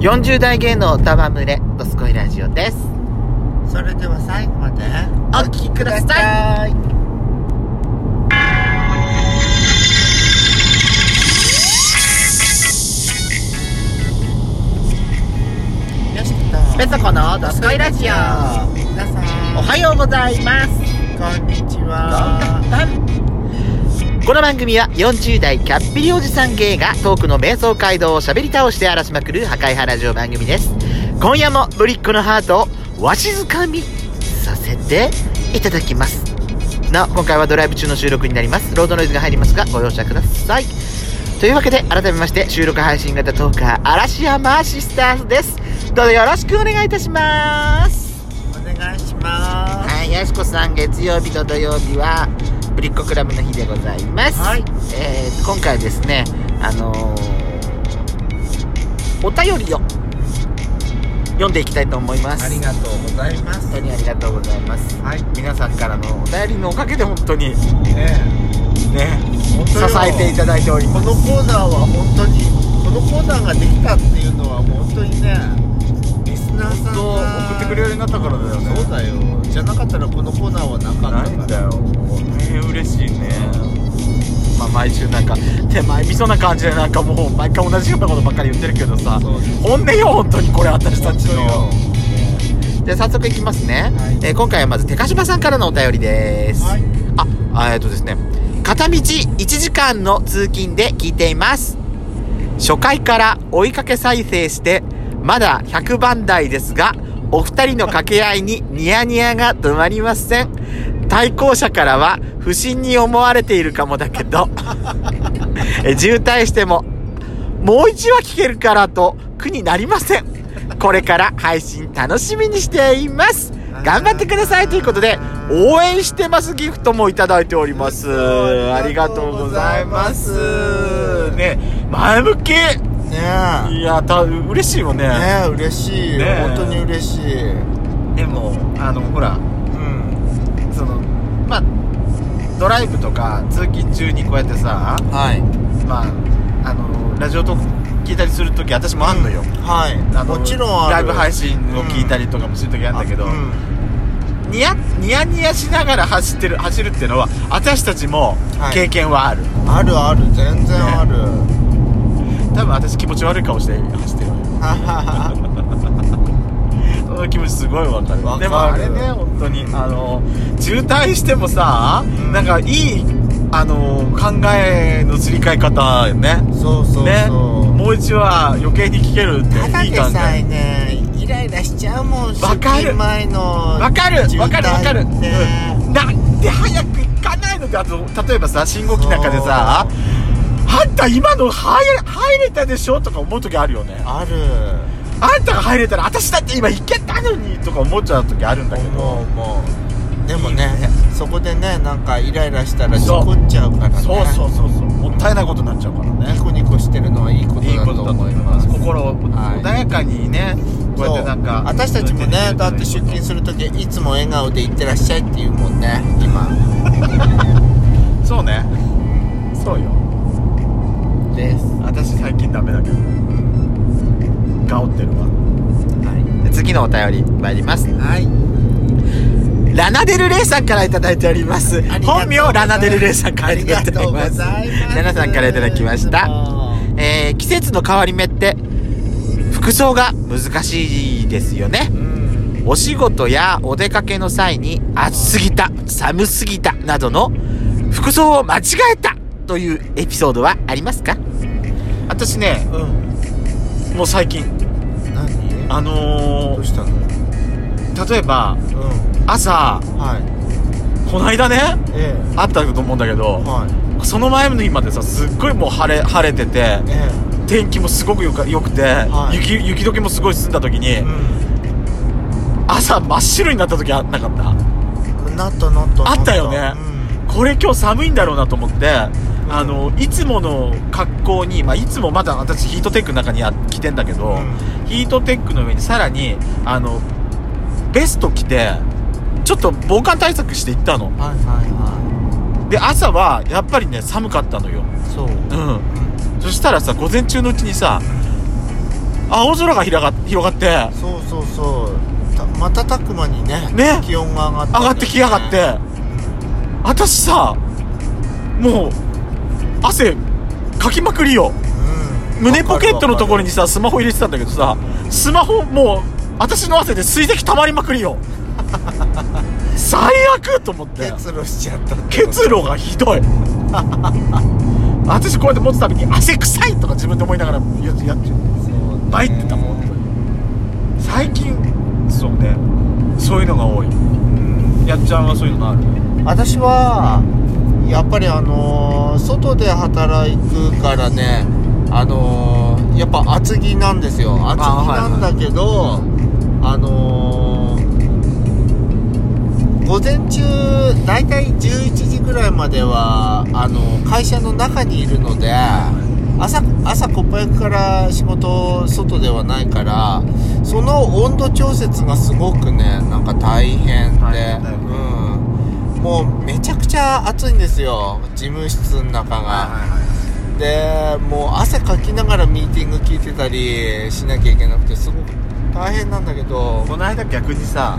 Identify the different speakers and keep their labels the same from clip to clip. Speaker 1: 40代芸能歌は群れ「ドスコイラジオ」です
Speaker 2: それでは最後まで
Speaker 1: お聞きください
Speaker 2: よしきと
Speaker 1: ペソコの「ドスコイラジオ」
Speaker 2: 皆さん
Speaker 1: おはようございます
Speaker 2: こんにちは
Speaker 1: この番組は40代キャッピリおじさん芸がトークの瞑想街道をしゃべり倒して荒らしまくる破壊派ラジオ番組です今夜もぶりっ子のハートをわしづかみさせていただきますなお今回はドライブ中の収録になりますロードノイズが入りますがご容赦くださいというわけで改めまして収録配信型トーカー嵐山シスターズですどうぞよろしくお願いいたします
Speaker 2: お願いしま
Speaker 1: はい、やすこさん、月曜日と土曜日は、ぶりっ子クラブの日でございます。
Speaker 2: はい
Speaker 1: えー今回ですね、あのーお便りを読んでいきたいと思いますす。
Speaker 2: ありがとうございます
Speaker 1: 本当にありがとうございます。
Speaker 2: はい
Speaker 1: 皆さんからのお便りのおかげで本当にね、
Speaker 2: ね本
Speaker 1: 支
Speaker 2: 当よ
Speaker 1: えていただいており
Speaker 2: こ
Speaker 1: ます。
Speaker 2: のコーナーは本当にこのコーナーができたっていうのは本当にねリスナーさん
Speaker 3: と
Speaker 2: が
Speaker 3: 送ってくれるようになったからだよね
Speaker 2: そうだよじゃなかったらこのコーナーはなか
Speaker 3: な
Speaker 2: った
Speaker 3: い
Speaker 2: から
Speaker 3: んだよ大変嬉しいね
Speaker 1: まあ、毎週なんか、手前味噌な感じでなんかもう、毎回同じようなことばっかり言ってるけどさ、
Speaker 2: そうです
Speaker 1: 本音よ、本当にこれ、私たち
Speaker 2: 本当
Speaker 1: の
Speaker 2: よ。
Speaker 1: じゃあ早速いきますね、
Speaker 2: はい
Speaker 1: えー今回はまず手カシバさんからのお便りです、
Speaker 2: はい
Speaker 1: ああえっとですね片道1時間の通勤で聞いています初回から追いかけ再生してまだ100番台ですがお二人の掛け合いにニヤニヤが止まりません対向車からは不審に思われているかもだけどえ渋滞してももう一話聞けるからと苦になりませんこれから配信楽しみにしています頑張ってくださいということで応援してますギフトもいただいておりますありがとうございますね前向き
Speaker 2: ね
Speaker 1: いやた嬉しいよね
Speaker 2: えねえ嬉しい、
Speaker 3: ねえ
Speaker 2: 本当に嬉しい
Speaker 1: でもあのほら
Speaker 3: うん
Speaker 1: そのまあドライブとか通勤中にこうやってさ
Speaker 2: はい
Speaker 1: まああのラジオトーク聞いたりする時私もあんのよ、
Speaker 2: はい
Speaker 1: あの
Speaker 2: もちろんある
Speaker 1: ライブ配信を聞いたりとかもする時あるんだけど、
Speaker 2: うん
Speaker 1: ニヤニヤニヤしながら走ってる走るっていうのは私たちも
Speaker 2: はい
Speaker 1: 経験はある、
Speaker 2: あるある全然ある、
Speaker 1: 多分私気持ち悪い顔して走ってるわよ
Speaker 2: ははは
Speaker 1: その気持ちすごいわかる
Speaker 2: わかる
Speaker 1: でもあれね本当にあの渋滞してもさ、
Speaker 2: ん
Speaker 1: なんかいいあの考えのすり替え方よね
Speaker 2: そうそうそう、
Speaker 1: ねもう一話余計に聞けるって
Speaker 2: ただ
Speaker 1: いい
Speaker 2: で
Speaker 1: 考
Speaker 2: さえ
Speaker 1: え
Speaker 2: ねイライラしちゃうもん
Speaker 1: わかる
Speaker 2: 出勤前の
Speaker 1: わかる
Speaker 2: 渋滞
Speaker 1: わかるわかる、
Speaker 2: って
Speaker 1: うんなんで早く行かないのってあと例えばさ信号機なんかでさあんた今の入れ入れたでしょとか思う時あるよねあ
Speaker 2: ある
Speaker 1: あんたが入れたら私だって今行けたのにとか思っちゃう時あるんだけど
Speaker 2: 思う思うでもねそこでねなんかイライラしたら事故っちゃうからね
Speaker 1: そうそうそうそうもったいないことになっちゃうからね
Speaker 2: ニコニコしてるのはいいこと
Speaker 1: いい
Speaker 2: だ
Speaker 1: こと
Speaker 2: と
Speaker 1: だと
Speaker 2: 思
Speaker 1: 思
Speaker 2: い
Speaker 1: い
Speaker 2: ま
Speaker 1: ますす心を
Speaker 2: はい
Speaker 1: 穏やかにねこうやってなんか
Speaker 2: そう私たちもねだって出勤するときいつも笑顔で行ってらっしゃいって言うもんね今
Speaker 1: そうねそうよ
Speaker 2: です
Speaker 1: 私最近ダメだけどがおってるわ
Speaker 2: は
Speaker 1: 次のお便り参ります
Speaker 2: い、はい
Speaker 1: ラナデルレイさんからいただいております
Speaker 2: ありがとうござ
Speaker 1: 本
Speaker 2: いま
Speaker 1: 名
Speaker 2: す
Speaker 1: ラナデルレイさんから
Speaker 2: あ
Speaker 1: い
Speaker 2: り
Speaker 1: ただ
Speaker 2: が
Speaker 1: いてお
Speaker 2: と
Speaker 1: り
Speaker 2: うござ
Speaker 1: ま
Speaker 2: い
Speaker 1: す
Speaker 2: ます。
Speaker 1: ラナさんからいただきましたえー季節の変わり目って服装が難しいですよね
Speaker 2: うん。
Speaker 1: お仕事やお出かけの際に暑すぎた寒すぎたなどの服装を間違えたというエピソードはありますか私ね
Speaker 2: うん。
Speaker 1: もう最近
Speaker 2: 何？
Speaker 1: あの
Speaker 2: どうしたの？う
Speaker 1: ー例えば
Speaker 2: ん。
Speaker 1: 朝
Speaker 2: はい。
Speaker 1: この間ね
Speaker 2: ええ。
Speaker 1: あったと思うんだけど
Speaker 2: はい。
Speaker 1: その前の日までさすっごいもう晴れ晴れてて
Speaker 2: え
Speaker 1: 天気もすごくよかよくて、
Speaker 2: はい
Speaker 1: 雪雪解けもすごい進んだ時に、
Speaker 2: え。う
Speaker 1: 朝真っ白になった時あなかった
Speaker 2: ん。なったなった。
Speaker 1: あったよね
Speaker 2: な
Speaker 1: これ今日寒いんだろうなと思って、あのいつもの格好に、まあ、いつもまだ私ヒートテックの中にあ着てんだけど、
Speaker 2: うん
Speaker 1: ヒートテックの上にさらにあのベスト着てちょっと防寒対策して行ったの
Speaker 2: うん。はいは
Speaker 1: で朝はやっぱりね寒かったのよ
Speaker 2: いはい。そう。
Speaker 1: うんそしたらさ午前中のうちにさ青空が広が広がって
Speaker 2: そうそうそうた瞬く間にね
Speaker 1: ね
Speaker 2: 気温が上がって、
Speaker 1: 上がってきやがって私さもう汗かきまくりよ
Speaker 2: うん
Speaker 1: 胸ポケットのところに
Speaker 2: わ
Speaker 1: さスマホ入れてたんだけどさスマホもう私の汗で水滴溜まりまくりよ 最悪と思っ
Speaker 2: かる
Speaker 1: て
Speaker 2: わかる結露しちゃったってこと
Speaker 1: 結露がひどい私こうやって持つたびに汗臭いとか自分で思いながらやってやって
Speaker 2: そうね
Speaker 1: バイってたもん本当に最近そうねそういうのが多いやっちゃんはそういうのがある
Speaker 2: 私はやっぱりあのー外で働くからねあのーやっぱ厚着なんですよ厚着なんだけどあ,、のー午前中だいたい11時ぐらいまではあの会社の中にいるので朝朝コッパ役から仕事外ではないからその温度調節がすごくねなんか大変で
Speaker 1: 大変だよね
Speaker 2: うんもうめちゃくちゃ暑いんですよ事務室の中がでもう汗かきながらミーティング聞いてたりしなきゃいけなくてすごく大変なんだけど
Speaker 3: この間逆にさ、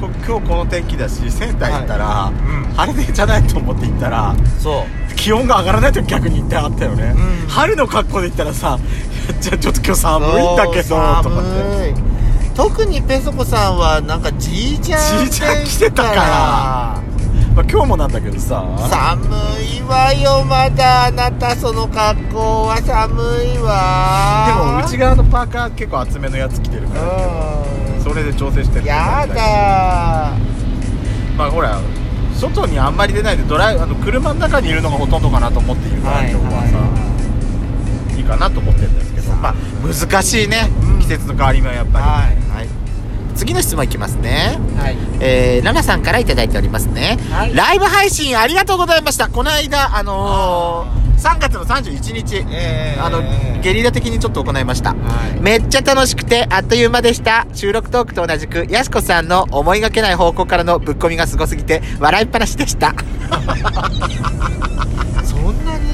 Speaker 3: こ今日この天気だし仙台行ったら、
Speaker 2: はいうん
Speaker 3: 晴れてんじゃないと思って行ったら
Speaker 2: そう
Speaker 1: 気温が上がらないと逆に行って上がったよね、
Speaker 2: うん
Speaker 1: 春の格好で行ったら さ「じゃあちょっと今日寒いんだけど」とかって
Speaker 2: 寒い特にペソコさんはなんかじいちゃん
Speaker 1: じいちゃん着てたからまあ、今日もなんだけどさ
Speaker 2: 寒いわよまだあなたその格好は寒い
Speaker 3: でも
Speaker 2: わ
Speaker 3: 内側のパーカー結構厚めのやつ着てるから
Speaker 2: うん
Speaker 3: それで調整してる
Speaker 2: やだ
Speaker 3: まあほら外にあんまり出ないでドライあの車の中にいるのがほとんどかなと思っているから、今日はさ、い、いかなと思ってるんですけどまあ
Speaker 1: 難しいね
Speaker 3: うん季節の変わり目はやっぱり、
Speaker 2: はい
Speaker 1: はい次の質問いきますね
Speaker 2: はい
Speaker 1: えー、ラナさんからいただいておりますね、
Speaker 2: はい
Speaker 1: ライブ配信ありがとうございましたこの間あのー、3月の31日、
Speaker 2: ええ
Speaker 1: あのゲリラ的にちょっと行いました、
Speaker 2: はい
Speaker 1: めっちゃ楽しくてあっという間でした収録トークと同じくやすこさんの思いがけない方向からのぶっ込みがすごすぎて笑いっぱなしでした
Speaker 2: そんなに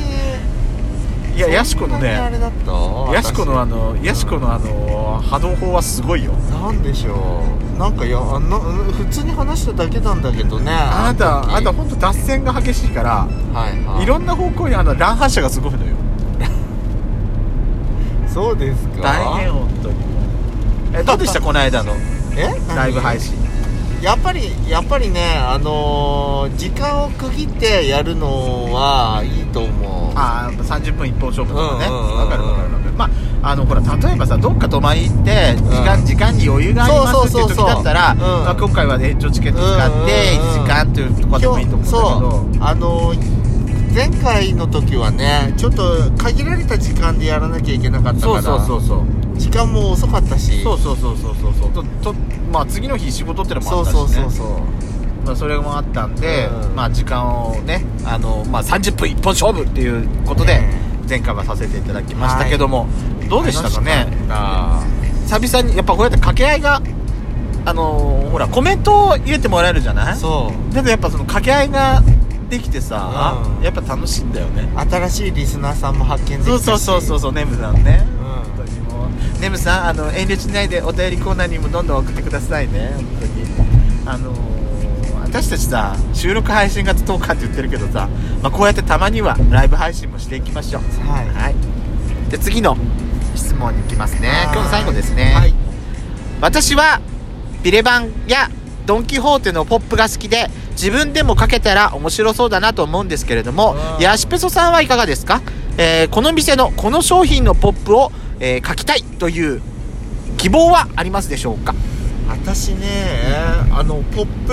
Speaker 1: いややしこの
Speaker 2: そんなにあ
Speaker 1: ね
Speaker 2: れだった
Speaker 1: やしこのあのやしこのあの波動砲はすごいよ
Speaker 2: 私なんでしょうなんかいやあな普通に話しただけなんだけどね
Speaker 1: あなたあなた
Speaker 2: の時
Speaker 1: 本当脱線が激しいから
Speaker 2: はいはい
Speaker 1: いろんな方向にあの乱反射がすごいのよ
Speaker 2: そうですか
Speaker 1: 本当にえどうでしたこの間の
Speaker 2: え
Speaker 1: ライブ配信
Speaker 2: やっぱりやっぱりねあのー時間を区切ってやるのはいいと思う
Speaker 1: ああ30分一本勝負とかね
Speaker 2: うんうんうんうん
Speaker 1: わかるわかるわかるまああのほら例えばさどっか泊まり行って時間,、
Speaker 2: うん
Speaker 1: 時間に余裕がありますっていう時だったら
Speaker 2: そうそうそうそううん
Speaker 1: まあ、今回は延長チケット使って
Speaker 2: うんうんうん
Speaker 1: 1時間というとこでもいいと思
Speaker 2: そう
Speaker 1: うんだけど
Speaker 2: あのー前回の時はねちょっと限られた時間でやらなきゃいけなかったから
Speaker 1: うそう
Speaker 2: 時間も遅かったし
Speaker 1: そうそうそうそうそうそうととまあ次の日仕事ってのもあ
Speaker 2: そ
Speaker 1: っ
Speaker 2: う
Speaker 1: たし、ね、
Speaker 2: そうそうそう
Speaker 1: まあ、それもあったんで、
Speaker 2: うん
Speaker 1: まあ時間をねあの、まあ、30分一本勝負っていうことで
Speaker 2: ね
Speaker 1: 前回はさせていただきましたけども、どうでしたかね
Speaker 2: 楽し
Speaker 1: 久々にやっぱこうやって掛け合いがあのーほらコメントを入れてもらえるじゃない
Speaker 2: そう
Speaker 1: だけどやっぱその掛け合いができてさ、
Speaker 2: うん
Speaker 1: やっぱ楽しいんだよね
Speaker 2: 新しいリスナーさんも発見できた
Speaker 1: そう
Speaker 2: し
Speaker 1: そうそうそうそうネムさんね、
Speaker 2: うん
Speaker 1: 本当にもうネムさんあの遠慮しないでお便りコーナーにもどんどん送ってくださいね本当にあのー私たちさ収録配信型トーカーって言ってるけどさ、まあ、こうやってたまにはライブ配信もしていきましょう
Speaker 2: はい
Speaker 1: で次の質問に行きますね
Speaker 2: はい
Speaker 1: 今日の最後ですね、
Speaker 2: はい
Speaker 1: 私はビレバンやドン・キホーテのポップが好きで自分でもかけたら面白そうだなと思うんですけれども
Speaker 2: うん
Speaker 1: ヤシペソさんはいかがですか、えーこの店のこの商品のポップを、えー書きたいという希望はありますでしょうか
Speaker 2: 私ねあのポップ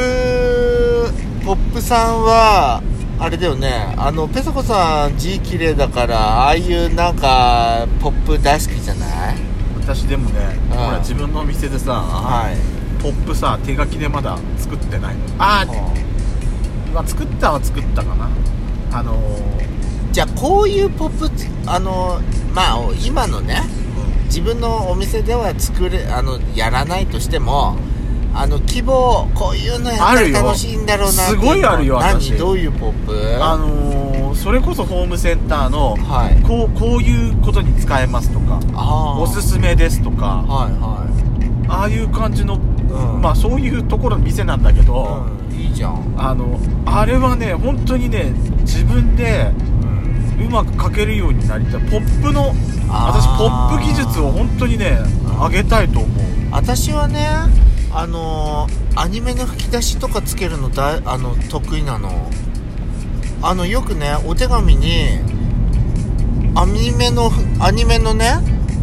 Speaker 2: ポップさんはあれだよねあのペソコさん字綺麗だからああいうなんかポップ大好きじゃない
Speaker 3: 私でもね、
Speaker 2: うん
Speaker 3: ほら自分のお店でさ、
Speaker 2: い
Speaker 3: ポップさ手書きでまだ作ってないのあー、まあ、作ったは作ったかなあのー
Speaker 2: じゃあこういうポップあのまあ今のね自分のお店では作れあのやらないとしてもあの希望こういうのやった
Speaker 3: あ
Speaker 2: ら
Speaker 3: るよ
Speaker 2: 楽しいんだろうなってうの
Speaker 3: すごいあるよ私
Speaker 2: 何どういうポップ
Speaker 3: あのーそそれこそホームセンターの
Speaker 2: はい
Speaker 3: こうこういうことに使えますとか
Speaker 2: あー
Speaker 3: おすすめですとか
Speaker 2: はいは
Speaker 3: ああいう感じの、
Speaker 2: ん
Speaker 3: まあそういうところの店なんだけど、
Speaker 2: い、うん、いいじゃん、
Speaker 3: あのあれはね本当にね自分で
Speaker 2: うん、
Speaker 3: うまく描けるようになりたいポップの私ポ
Speaker 2: あー
Speaker 3: ップ技術を本当にね上げたいと思う
Speaker 2: 私はねあのーアニメの吹き出しとかつけるのだあの得意なのあのよくねお手紙にアニメのアニメのね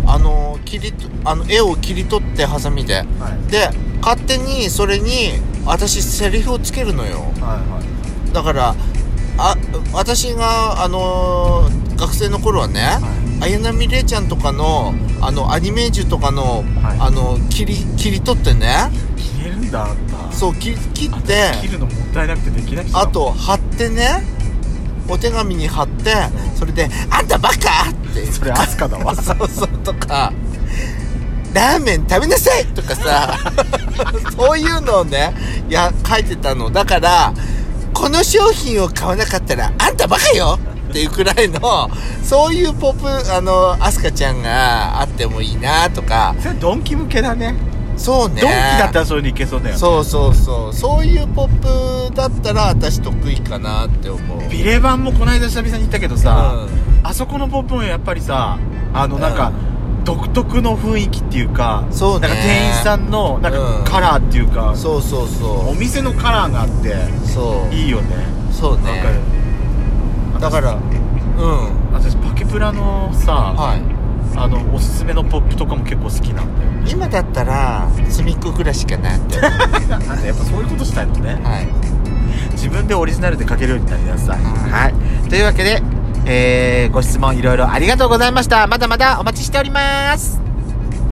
Speaker 2: あの切りとあの絵を切り取ってハサミで
Speaker 3: はい
Speaker 2: で勝手にそれに私セリフをつけるのよ
Speaker 3: はいはい
Speaker 2: だからあ私があのー学生の頃はね、綾波レイちゃんとかのあのアニメージュとかの,、
Speaker 3: はい
Speaker 2: あの切り切り取ってね
Speaker 3: 切れるんだあんた
Speaker 2: そう切り切って
Speaker 3: 切るのもったいなくてできなくて
Speaker 2: あと貼ってねお手紙に貼ってそれで「あんたバカ!」って
Speaker 3: それアスカだ わ
Speaker 2: そうそうとか「ラーメン食べなさい!」とかさ そういうのをねいや書いてたのだからこの商品を買わなかったら「あんたバカよ!」っていうくらいのそういうポップあのアスカちゃんがあってもいいなとか
Speaker 3: それドンキ向けだね
Speaker 2: そうね
Speaker 3: ドンキだったらそれでいけそうだよね
Speaker 2: そうそうそうそういうポップだったら私得意かなって思う
Speaker 3: ビレバンもこの間久々に行ったけどさ、あそこのポップもやっぱりさあのなんか、独特の雰囲気っていうか
Speaker 2: そうね
Speaker 3: なんか店員さんのなん
Speaker 2: うん
Speaker 3: かカラーっていうか、
Speaker 2: そうそうそ
Speaker 3: お店のカラーがあっ
Speaker 2: うそ
Speaker 3: ていいよね
Speaker 2: うそう
Speaker 3: なんか
Speaker 2: ねだからうん
Speaker 3: 私パケプラのさ、
Speaker 2: はい
Speaker 3: あのおすすめのポップとかも結構好きなんだよ
Speaker 2: 今だったら隅っこぐらいしかないって、は
Speaker 3: なんかやっぱそういうことしたいのね
Speaker 2: い、
Speaker 1: 自分でオリジナルで書けるようになりなさい。はい。というわけで、えー、ご質問いろいろありがとうございました。まだまだお待ちしております。